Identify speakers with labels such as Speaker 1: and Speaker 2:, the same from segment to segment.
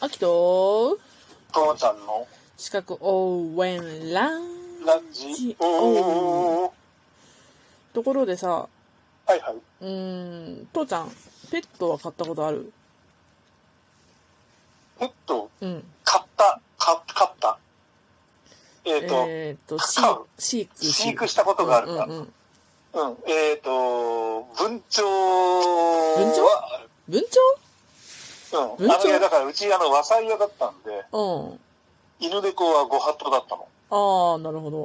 Speaker 1: 秋と
Speaker 2: 父ちゃんの
Speaker 1: 資格応援ラン
Speaker 2: ラジオ。
Speaker 1: ところでさ
Speaker 2: はいはい。
Speaker 1: うーん父ちゃんペットは飼ったことある
Speaker 2: ペット、
Speaker 1: うん
Speaker 2: 買った、買買った。えっ、と、
Speaker 1: えっと飼
Speaker 2: 飼う
Speaker 1: 飼育
Speaker 2: 飼育したことがあるか。
Speaker 1: うんうんうん
Speaker 2: うん。えっ、と、文鳥は、
Speaker 1: 文
Speaker 2: う
Speaker 1: 文
Speaker 2: ん。
Speaker 1: 鳥
Speaker 2: あの、いや、だからうち、あの、和裁屋だったんで、
Speaker 1: 鳥うん
Speaker 2: 犬猫はご法度だったの。
Speaker 1: ああなるほど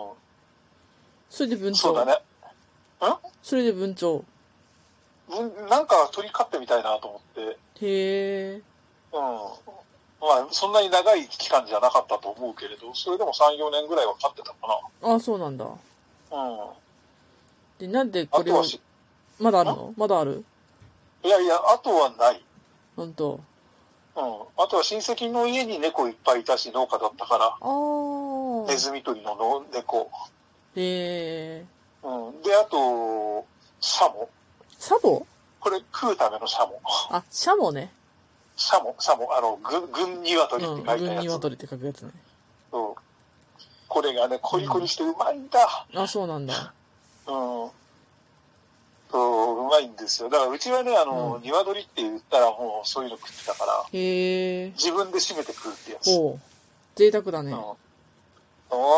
Speaker 2: う
Speaker 1: それで文
Speaker 2: ん。
Speaker 1: 鳥
Speaker 2: そうだね。
Speaker 1: それで文鳥
Speaker 2: うんなんか鳥飼ってみたいなと思って、
Speaker 1: へえ
Speaker 2: うん。まあ、そんなに長い期間じゃなかったと思うけれど、それでも3、4年ぐらいは飼ってたか
Speaker 1: あそうなんだ
Speaker 2: な。うん。
Speaker 1: でなんで
Speaker 2: あ
Speaker 1: これ
Speaker 2: とは
Speaker 1: を
Speaker 2: し、
Speaker 1: まだあるのまだある
Speaker 2: いやいや、あとはない。
Speaker 1: 本当
Speaker 2: うん。あとは親戚の家に猫いっぱいいたし、農家だったから、
Speaker 1: ああ
Speaker 2: ネズミ捕りのの猫。
Speaker 1: へえ
Speaker 2: うん。で、あと、シャモ。
Speaker 1: サボ
Speaker 2: これ食うためのシャモ。
Speaker 1: あシャモね
Speaker 2: シャモ、シャモ、あの、ぐ軍鶏っ
Speaker 1: う
Speaker 2: て
Speaker 1: ん、
Speaker 2: 書いた
Speaker 1: 軍
Speaker 2: や
Speaker 1: に
Speaker 2: つ。
Speaker 1: 鶏って書くやつね。
Speaker 2: うん。これがね、コリコリしてうまいんだ。
Speaker 1: あ、そうなんだ。
Speaker 2: うん。そう、うまいんですよ。だからうちはね、あの、
Speaker 1: うん
Speaker 2: 鶏って言ったらもうそういうの食ってたから、
Speaker 1: へえ。
Speaker 2: 自分で締めて食うってやつ。
Speaker 1: ほう。贅沢だね。
Speaker 2: う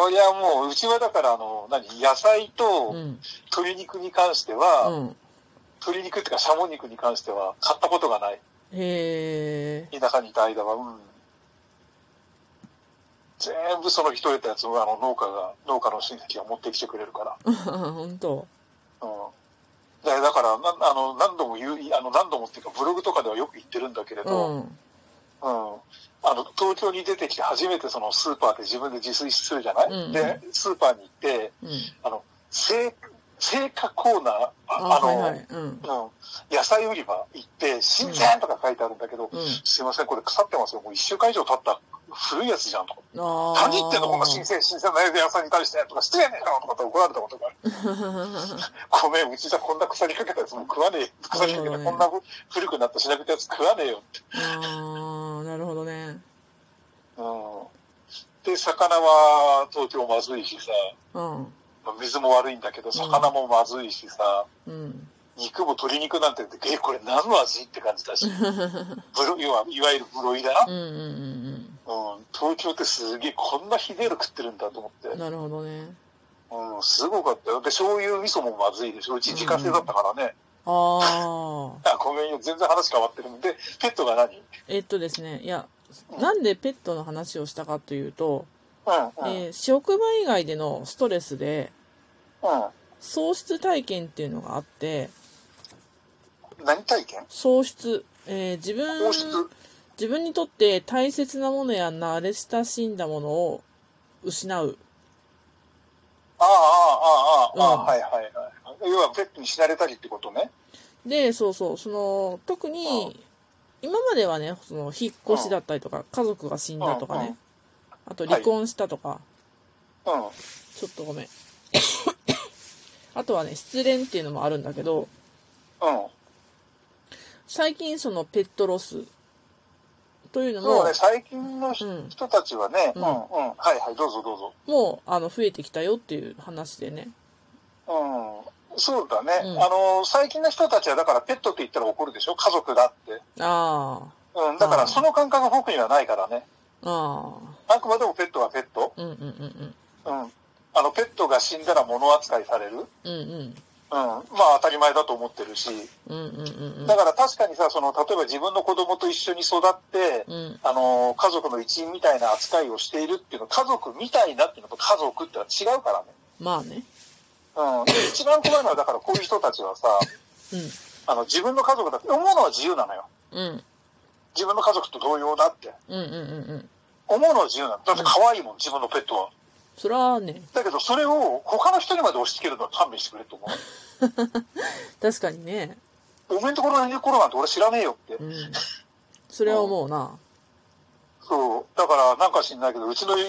Speaker 2: ん。いや、もう、うちはだから、あの、何、野菜
Speaker 1: う
Speaker 2: と
Speaker 1: ん。
Speaker 2: 鶏肉に関して
Speaker 1: う
Speaker 2: は、
Speaker 1: ん。
Speaker 2: 鶏肉っていうか、シャモ肉に関しては、買ったことがない。
Speaker 1: へえ。
Speaker 2: 田舎にいた間は、うん。全部その日取れたやつを、あの、農家が、農家の親戚が持ってきてくれるか ら。
Speaker 1: ほんと。
Speaker 2: うん。だだから、なんあの何度も言う、あの、何度もっていうか、ブログとかではよく言ってるんだけれ
Speaker 1: う
Speaker 2: ど、うん。
Speaker 1: ん。
Speaker 2: あの、東京に出てきて初めてそのスーパーで自分で自炊するじゃない、
Speaker 1: うん
Speaker 2: で、スーパーに行って、
Speaker 1: うん。
Speaker 2: あの、成成果コーナー、あ
Speaker 1: あ、
Speaker 2: あの、
Speaker 1: はいはい。うん。
Speaker 2: うん、野菜売り場行って、新鮮とか書いてあるんだけど、
Speaker 1: うん。
Speaker 2: すいません、これ腐ってますよ。もう一週間以上経った古いやつじゃんとか。
Speaker 1: ああ。
Speaker 2: 何言ってんのこんな新鮮、新鮮な野菜に対してとか、失礼ねえよとかって怒られたことがある。ごめん、うちじゃこんな腐りかけたやつも食わねえよ。腐りかけたこんな古くなったしなくたやつ食わねえよって。
Speaker 1: ああ、なるほどね。
Speaker 2: うん。で、魚は東京まずいしさ、
Speaker 1: うん。
Speaker 2: まあ水も悪いんだけど、魚もまずいしさ、
Speaker 1: うん。
Speaker 2: 肉も鶏肉なんて言って、え、これ何の味って感じ だし。ブロ、要は、いわゆるブロイだ
Speaker 1: うんうんうん
Speaker 2: な。うん。東京ってすげえ、こんなひでえの食ってるんだと思
Speaker 1: うん。
Speaker 2: っ
Speaker 1: なるほどね。
Speaker 2: て。うん、すごかったよ。で、醤油味噌もまずいでしょ。うち自家製だったからね。
Speaker 1: ああ。
Speaker 2: あ、ごめんよ。全然話変わってるんで、ペットが何
Speaker 1: えっとですね、いや、なんでペットの話をしたかというと、
Speaker 2: うん、うん、
Speaker 1: えー職場以外でのストレスで、
Speaker 2: う
Speaker 1: 喪失体験っていうのがあって
Speaker 2: ん。何体験
Speaker 1: 喪失、えー自分
Speaker 2: 皇室。
Speaker 1: 自分にとって大切なものや慣れ親しんだものを失う
Speaker 2: ああ、ああ、ああ、ああ、
Speaker 1: うん
Speaker 2: はいはいはい。要は、ペットに死なれたりってことね。
Speaker 1: でそうそうその特に今まではねその引っ越しだったりとか家族が死んだとか
Speaker 2: うんうん
Speaker 1: ねあと離婚したとか、
Speaker 2: うん、うん、
Speaker 1: ちょっとごめん あとはね失恋っていうのもあるんだけど最近そのペットロスというの
Speaker 2: そう
Speaker 1: も
Speaker 2: ね、最近の人
Speaker 1: うん
Speaker 2: 人たちはね、う、
Speaker 1: うんん
Speaker 2: うん、はいはい、どうぞどうぞ。
Speaker 1: もうあの増えてきたよっていう話でね
Speaker 2: うん、そうだね、
Speaker 1: うん
Speaker 2: あの最近の人たちはだからペットって言ったら怒るでしょ家族だって、
Speaker 1: あ
Speaker 2: うん、だか
Speaker 1: う
Speaker 2: ら
Speaker 1: ん
Speaker 2: その感覚僕にはないからね
Speaker 1: あ、あ
Speaker 2: あくまでもペットはペット、
Speaker 1: あ、うんうんうん
Speaker 2: うん、あのペットが死んだら物扱いされる、うん、
Speaker 1: うん。うんうん。
Speaker 2: まあ当たり前だと思ってるし
Speaker 1: うんうんうん
Speaker 2: だから確かにさその例えば自分の子供と一緒に育って、
Speaker 1: うん。うん。
Speaker 2: あの家族の一員みたいな扱いをしているっていうの家族みたいなっていうのと家族ってのは違うからね
Speaker 1: まあね。
Speaker 2: うん、で一番怖いのは、だからこういう人たちはさ、あの自分の家族だって思うのは自由なのよ。
Speaker 1: うん。うん。
Speaker 2: 自分の家族と同様だって。
Speaker 1: うんうんうんうん。
Speaker 2: 思うのは自由なの。だって可愛いもん、自分のペットは。
Speaker 1: そらね、
Speaker 2: だけど、それを他の人にまで押し付けるのは勘弁してくれと思
Speaker 1: 確かにね。
Speaker 2: う。おめんところのいる頃なんて俺知らねえよって
Speaker 1: う。ん。それは思うな。
Speaker 2: そう。だから、なんか知んないけど、うちの、あの、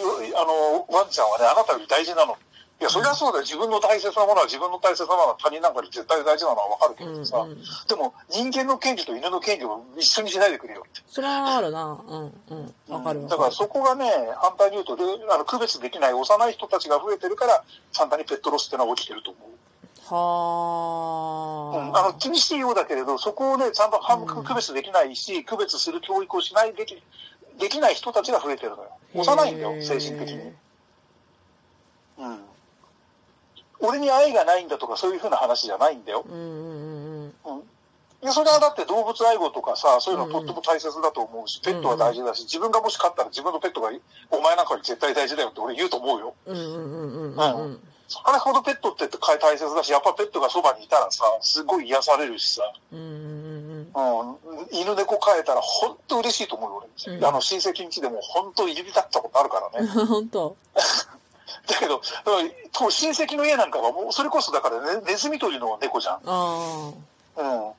Speaker 2: ワンちゃんはね、あなたより大事なの。いや、そりゃそうだよ。自分の大切なものは自分の大切なものは他人なんかに絶対大事なのはわかるけ
Speaker 1: うんう
Speaker 2: ど
Speaker 1: ん
Speaker 2: さ、でも人間の権利と犬の権利を一緒にしないでくれよって。
Speaker 1: それはあるなうんうんわかる
Speaker 2: うん
Speaker 1: わ
Speaker 2: だか
Speaker 1: からる
Speaker 2: そこがね、反対に言うとであの、区別できない幼い人たちが増えてるから、簡単にペットロスってのは起きてると思う。うん、あの
Speaker 1: は
Speaker 2: 気にしていいようだけれど、そこをね、ちゃんと半
Speaker 1: うん
Speaker 2: 分区別できないし、区別する教育をしないべき、できない人たちが増えてるのよ。幼いんだよ、精神的に。うん。俺に愛がないんだとか、そういうふうな話じゃないんだよ。
Speaker 1: うんうんうんうん
Speaker 2: うん。いや、それはだって動物愛護とかさ、そういうの
Speaker 1: うんう
Speaker 2: と
Speaker 1: ん
Speaker 2: っても大切だと思うし、ペットは大事だし、自分がもし飼ったら自分のペットがいい、お前なんかより絶対大事だよって俺言うと思うよ。
Speaker 1: うんうんうんうん
Speaker 2: うあれほどペットって大切だし、やっぱペットがそばにいたらさ、すごい癒されるしさ。
Speaker 1: うんうん
Speaker 2: うん、犬猫飼えたら本当嬉しいと思うよ、俺。
Speaker 1: うん
Speaker 2: あの、親戚ん家でも本当に指立ったことあるからね。
Speaker 1: うん本当
Speaker 2: だけど、だからと親戚の家なんかはもう、それこそだからね、ネズミというのは猫じゃん。
Speaker 1: あ
Speaker 2: うん。も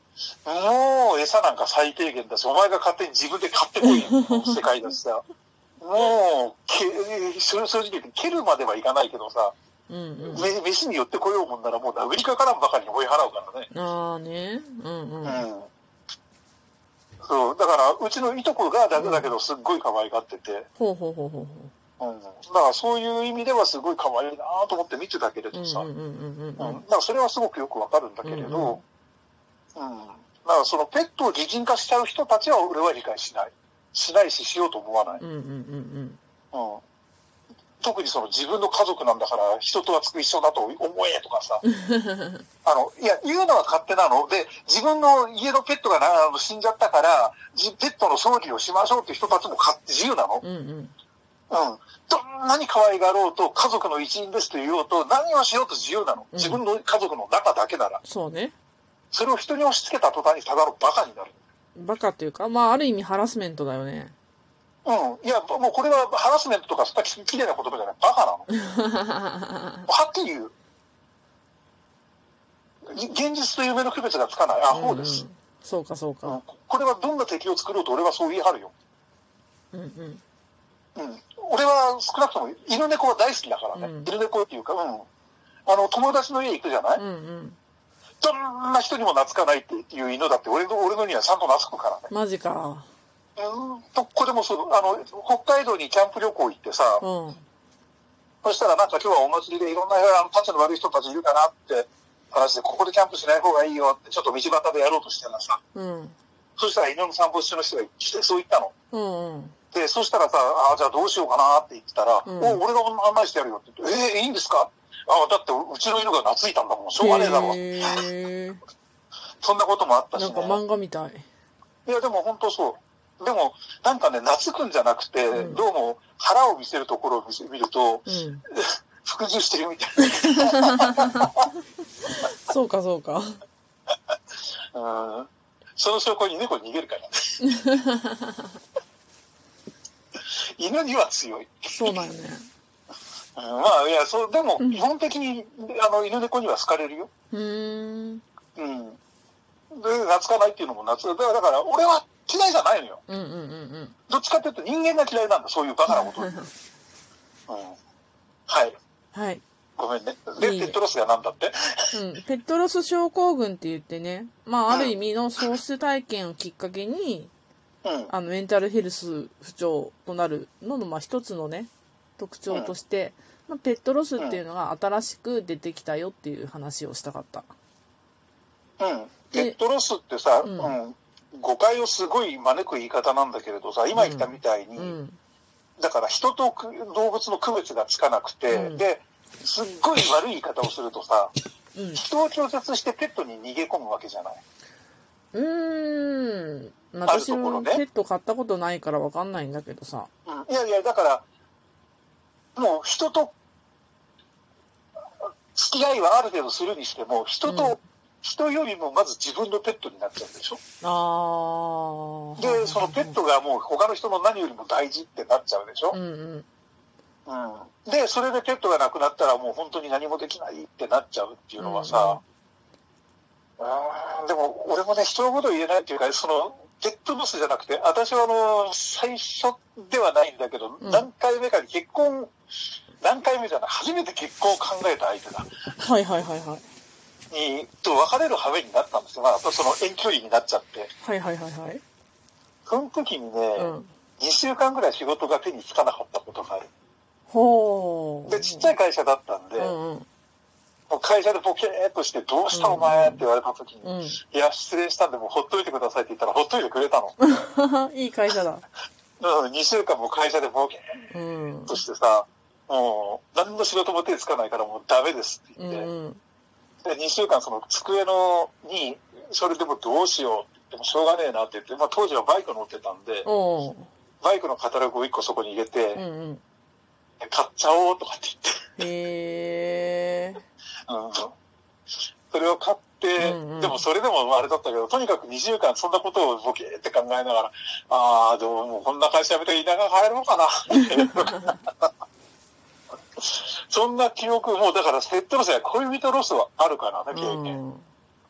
Speaker 2: う餌なんか最低限だし、お前が勝手に自分で買ってこいよ、この世界だしさ。もう、け、正正直言って、蹴るまではいかないけどさ、
Speaker 1: あうんうん
Speaker 2: め飯に寄ってこようもんならもう殴りかからんばかりに追い払うからね。
Speaker 1: ああねうんうん
Speaker 2: うんそう、だから、うちのいとこがだけだけど、すっごい可愛がってて、
Speaker 1: ほうほうほうほうほ
Speaker 2: うん、だからそういう意味ではすごい可愛いなと思って見てたけれ
Speaker 1: うう
Speaker 2: どさ、うん
Speaker 1: んうんうんうんうん
Speaker 2: だからそれはすごくよくわかるんだけれど、うんだからそのペットを擬人化しちゃう人たちは俺は理解しない。しないし、しようと思わない。
Speaker 1: うんうんうん
Speaker 2: うん特にその自分の家族なんだから人とはつく一緒だと思えとかさ。あの、いや、言うのは勝手なので、自分の家のペットがなあの死んじゃったから、じペットの葬儀をしましょうって人たちも勝手自由なの。うん。
Speaker 1: うんうんうん
Speaker 2: どんなに可愛がろうと、家族の一員ですと言おうと、何をしようと自由なの。
Speaker 1: うん
Speaker 2: 自分の家族の中だけなら。
Speaker 1: そうね
Speaker 2: それを人に押し付けた途端にただのバカになる。
Speaker 1: バカっていうかまあある意味ハラスメントだよ ね
Speaker 2: うん。いや、もうこれはハラスメントとか、そんなききれいな言葉じゃない。バカなの。はっきり言う。じ現実と夢の区別がつかない。アホです。
Speaker 1: んんそうかそう
Speaker 2: うん
Speaker 1: か
Speaker 2: これはどんな敵を作ろうと俺はそう言い張るよ。
Speaker 1: うんうん
Speaker 2: うん。俺は少なくとも犬猫は大好きだからね。
Speaker 1: うん
Speaker 2: 犬猫っていうか、うん。あの、友達の家行くじゃない、
Speaker 1: うんうん
Speaker 2: どんな人にも懐かないっていう犬だって俺の、俺のにはちゃんと懐くからね。
Speaker 1: マジか
Speaker 2: うん。どこでもそう、あの、北海道にキャンプ旅行行ってさ、
Speaker 1: うん
Speaker 2: そしたらなんか今日はお祭りでいろんなあの、タチの悪い人たちいるかなって話で、ここでキャンプしない方がいいよって、ちょっと道端でやろうとしてたらさ、
Speaker 1: うん
Speaker 2: そしたら犬の散歩中の人が来て、そう言ったの。
Speaker 1: うんうん
Speaker 2: で、そしたらさ、ああ、じゃあどうしようかなって言ってたら、
Speaker 1: うん
Speaker 2: お俺が案内してやるよって言って、えー、いいんですかあだってうちの犬が懐いたんだもん、しょうがねえだろ。
Speaker 1: へー
Speaker 2: そんなこともあったし
Speaker 1: な
Speaker 2: ね
Speaker 1: んか。漫画みたい
Speaker 2: いや、でも本当そう。でも、なんかね、懐くんじゃなくて、
Speaker 1: うん
Speaker 2: どうも腹を見せるところを見せ見ると、
Speaker 1: うん
Speaker 2: 服従してるみたい
Speaker 1: そうかそうか
Speaker 2: な。うん。その証拠に猫逃げ るからね。犬には強い。
Speaker 1: そうなんよね
Speaker 2: うんまあ、いや、そう、でも、基本的に、あの、犬猫には好かれるよ。
Speaker 1: うーん
Speaker 2: うん。で、懐かないっていうのも懐だから、だから俺は嫌いじゃないのよ。
Speaker 1: うんうんうんうん
Speaker 2: どっちかっていうと人間が嫌いなんだ、そういうバカなことに。うん。はい。
Speaker 1: はい、
Speaker 2: ごめんね。
Speaker 1: いい
Speaker 2: で、
Speaker 1: ね
Speaker 2: ペットロスがなんだって
Speaker 1: うん、ペットロス症候群って言ってね、まあ、ある意味の喪失体験をきっかけに
Speaker 2: うん。
Speaker 1: あのメンタルヘルス不調となるのの、まあ、一つのね特徴として、まあ、ペットロスっていうのが新しく出てきたよっていう話をしたかった
Speaker 2: うん。ペットロスってさ、
Speaker 1: う
Speaker 2: うんん。誤解をすごい招く言い方なんだけれどさ、今言ったみたいに、
Speaker 1: うん
Speaker 2: だから人とく動物の区別がつかなくて、
Speaker 1: うん
Speaker 2: で、すっごい悪い言い方をするとさ、
Speaker 1: うん
Speaker 2: 人を拒絶してペットに逃げ込むわけじゃない。
Speaker 1: うーんまあ
Speaker 2: ある
Speaker 1: 私
Speaker 2: ところ
Speaker 1: も
Speaker 2: ね
Speaker 1: ペット飼ったことないからわかんないんだけどさ
Speaker 2: うんいやいや、だから、もう人と、付き合いはある程度するにしても、人と、
Speaker 1: うん
Speaker 2: 人よりもまず自分のペットになっちゃうでしょ。
Speaker 1: あー
Speaker 2: で、そのペットがもう他の人の何よりも大事ってなっちゃうでしょ
Speaker 1: う。んうん
Speaker 2: うん。で、それでペットがなくなったらもう本当に何もできないってなっちゃうっていうのはさ、うーん、でも俺もね、人のこと言えないっていうか、その、ペットロスじゃなくて、私はあの、最初ではないんだけど、
Speaker 1: うん
Speaker 2: 何回目かに結婚何回目じゃない、初めて結婚を考えた相手だ。
Speaker 1: はいはいはいはい。
Speaker 2: に、と別れる羽目になったんですよ。まあ、その遠距離になっちゃって。
Speaker 1: はいはいはいはい。
Speaker 2: その時にね、
Speaker 1: うん。
Speaker 2: 2週間ぐらい仕事が手につかなかったことがある。
Speaker 1: ほう。
Speaker 2: で、ちっちゃい会社だったんで、
Speaker 1: うんうん。
Speaker 2: もう会社でボケーっとして、どうしたお前って言われた時に、
Speaker 1: うん。
Speaker 2: いや、失礼したんで、もうほっといてくださいって言ったら、ほっといてくれた の。
Speaker 1: いい会社だ。
Speaker 2: うん、2週間も会社でボケー
Speaker 1: うん
Speaker 2: っ。としてさ、もう、何の仕事も手つかないから、もうダメですって
Speaker 1: う
Speaker 2: 言って、
Speaker 1: んうん。
Speaker 2: で、2週間その机の、に、それでもどうしようって言ってもしょうがねえなって言って、まあ当時はバイク乗ってたんで、
Speaker 1: おう。
Speaker 2: バイクのカタログを1個そこに入れて、
Speaker 1: うんうん。
Speaker 2: 買っちゃおうとかって
Speaker 1: へえ。
Speaker 2: 言って、うんそれを買って、
Speaker 1: うんうん
Speaker 2: でもそれでもあれだったけど、とにかく2週間そんなことをボケーって考えながら、ああ、でももうこんな会社辞めて田舎入るのかな。そんな記憶、もうだからペットロスや恋人ロスはあるからね、
Speaker 1: う
Speaker 2: 経
Speaker 1: ん。う
Speaker 2: 験。
Speaker 1: ん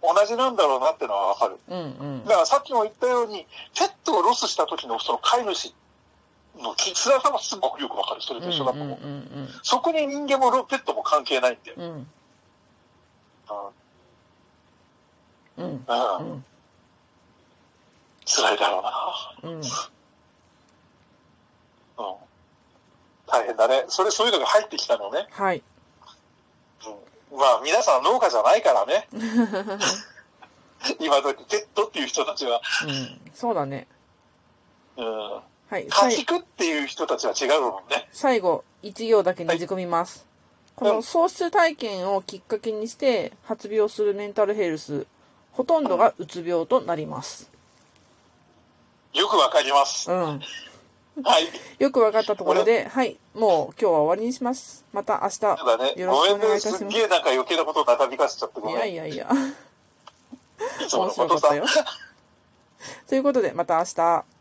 Speaker 2: 同じなんだろうなってのはわかる。
Speaker 1: うん
Speaker 2: だ。からさっきも言ったように、ペットをロスした時のその飼い主のき辛さはすごくよくわかる。それと一緒だと
Speaker 1: うんうん
Speaker 2: 思う。
Speaker 1: うん
Speaker 2: そこに人間もロペットも関係ないんだよ。
Speaker 1: うん
Speaker 2: う
Speaker 1: うん
Speaker 2: ん。うん
Speaker 1: うん
Speaker 2: 辛いだろう
Speaker 1: うん
Speaker 2: な。うん。大変だね。それ、そういうのが入ってきたのね。
Speaker 1: はい
Speaker 2: うん。まあ、皆さん農家じゃないから ね。今時、ペットっていう人たちは。
Speaker 1: うんそうだね
Speaker 2: うん。
Speaker 1: はい
Speaker 2: 家
Speaker 1: さい
Speaker 2: 畜っていう人たちは違うもんね。
Speaker 1: 最後一行だけねじ込みます、
Speaker 2: はい
Speaker 1: この喪失体験をきっかけにして発病するメンタルヘルスほとんどがうつ病となります
Speaker 2: よくわかります。
Speaker 1: うん
Speaker 2: はい。
Speaker 1: よく分かったところではいもう今日は終わりにしますまた明日
Speaker 2: そうだね。
Speaker 1: よろ
Speaker 2: ご
Speaker 1: し
Speaker 2: め
Speaker 1: く
Speaker 2: ん
Speaker 1: お願い
Speaker 2: ね。
Speaker 1: いたし
Speaker 2: す
Speaker 1: ま
Speaker 2: っ
Speaker 1: す
Speaker 2: げえなんか余計なことをなだめかしちゃってご
Speaker 1: い
Speaker 2: めん。
Speaker 1: やいやいや
Speaker 2: いつも
Speaker 1: 面
Speaker 2: のこ
Speaker 1: 白か
Speaker 2: と
Speaker 1: っ
Speaker 2: さ
Speaker 1: た。よということでまた明日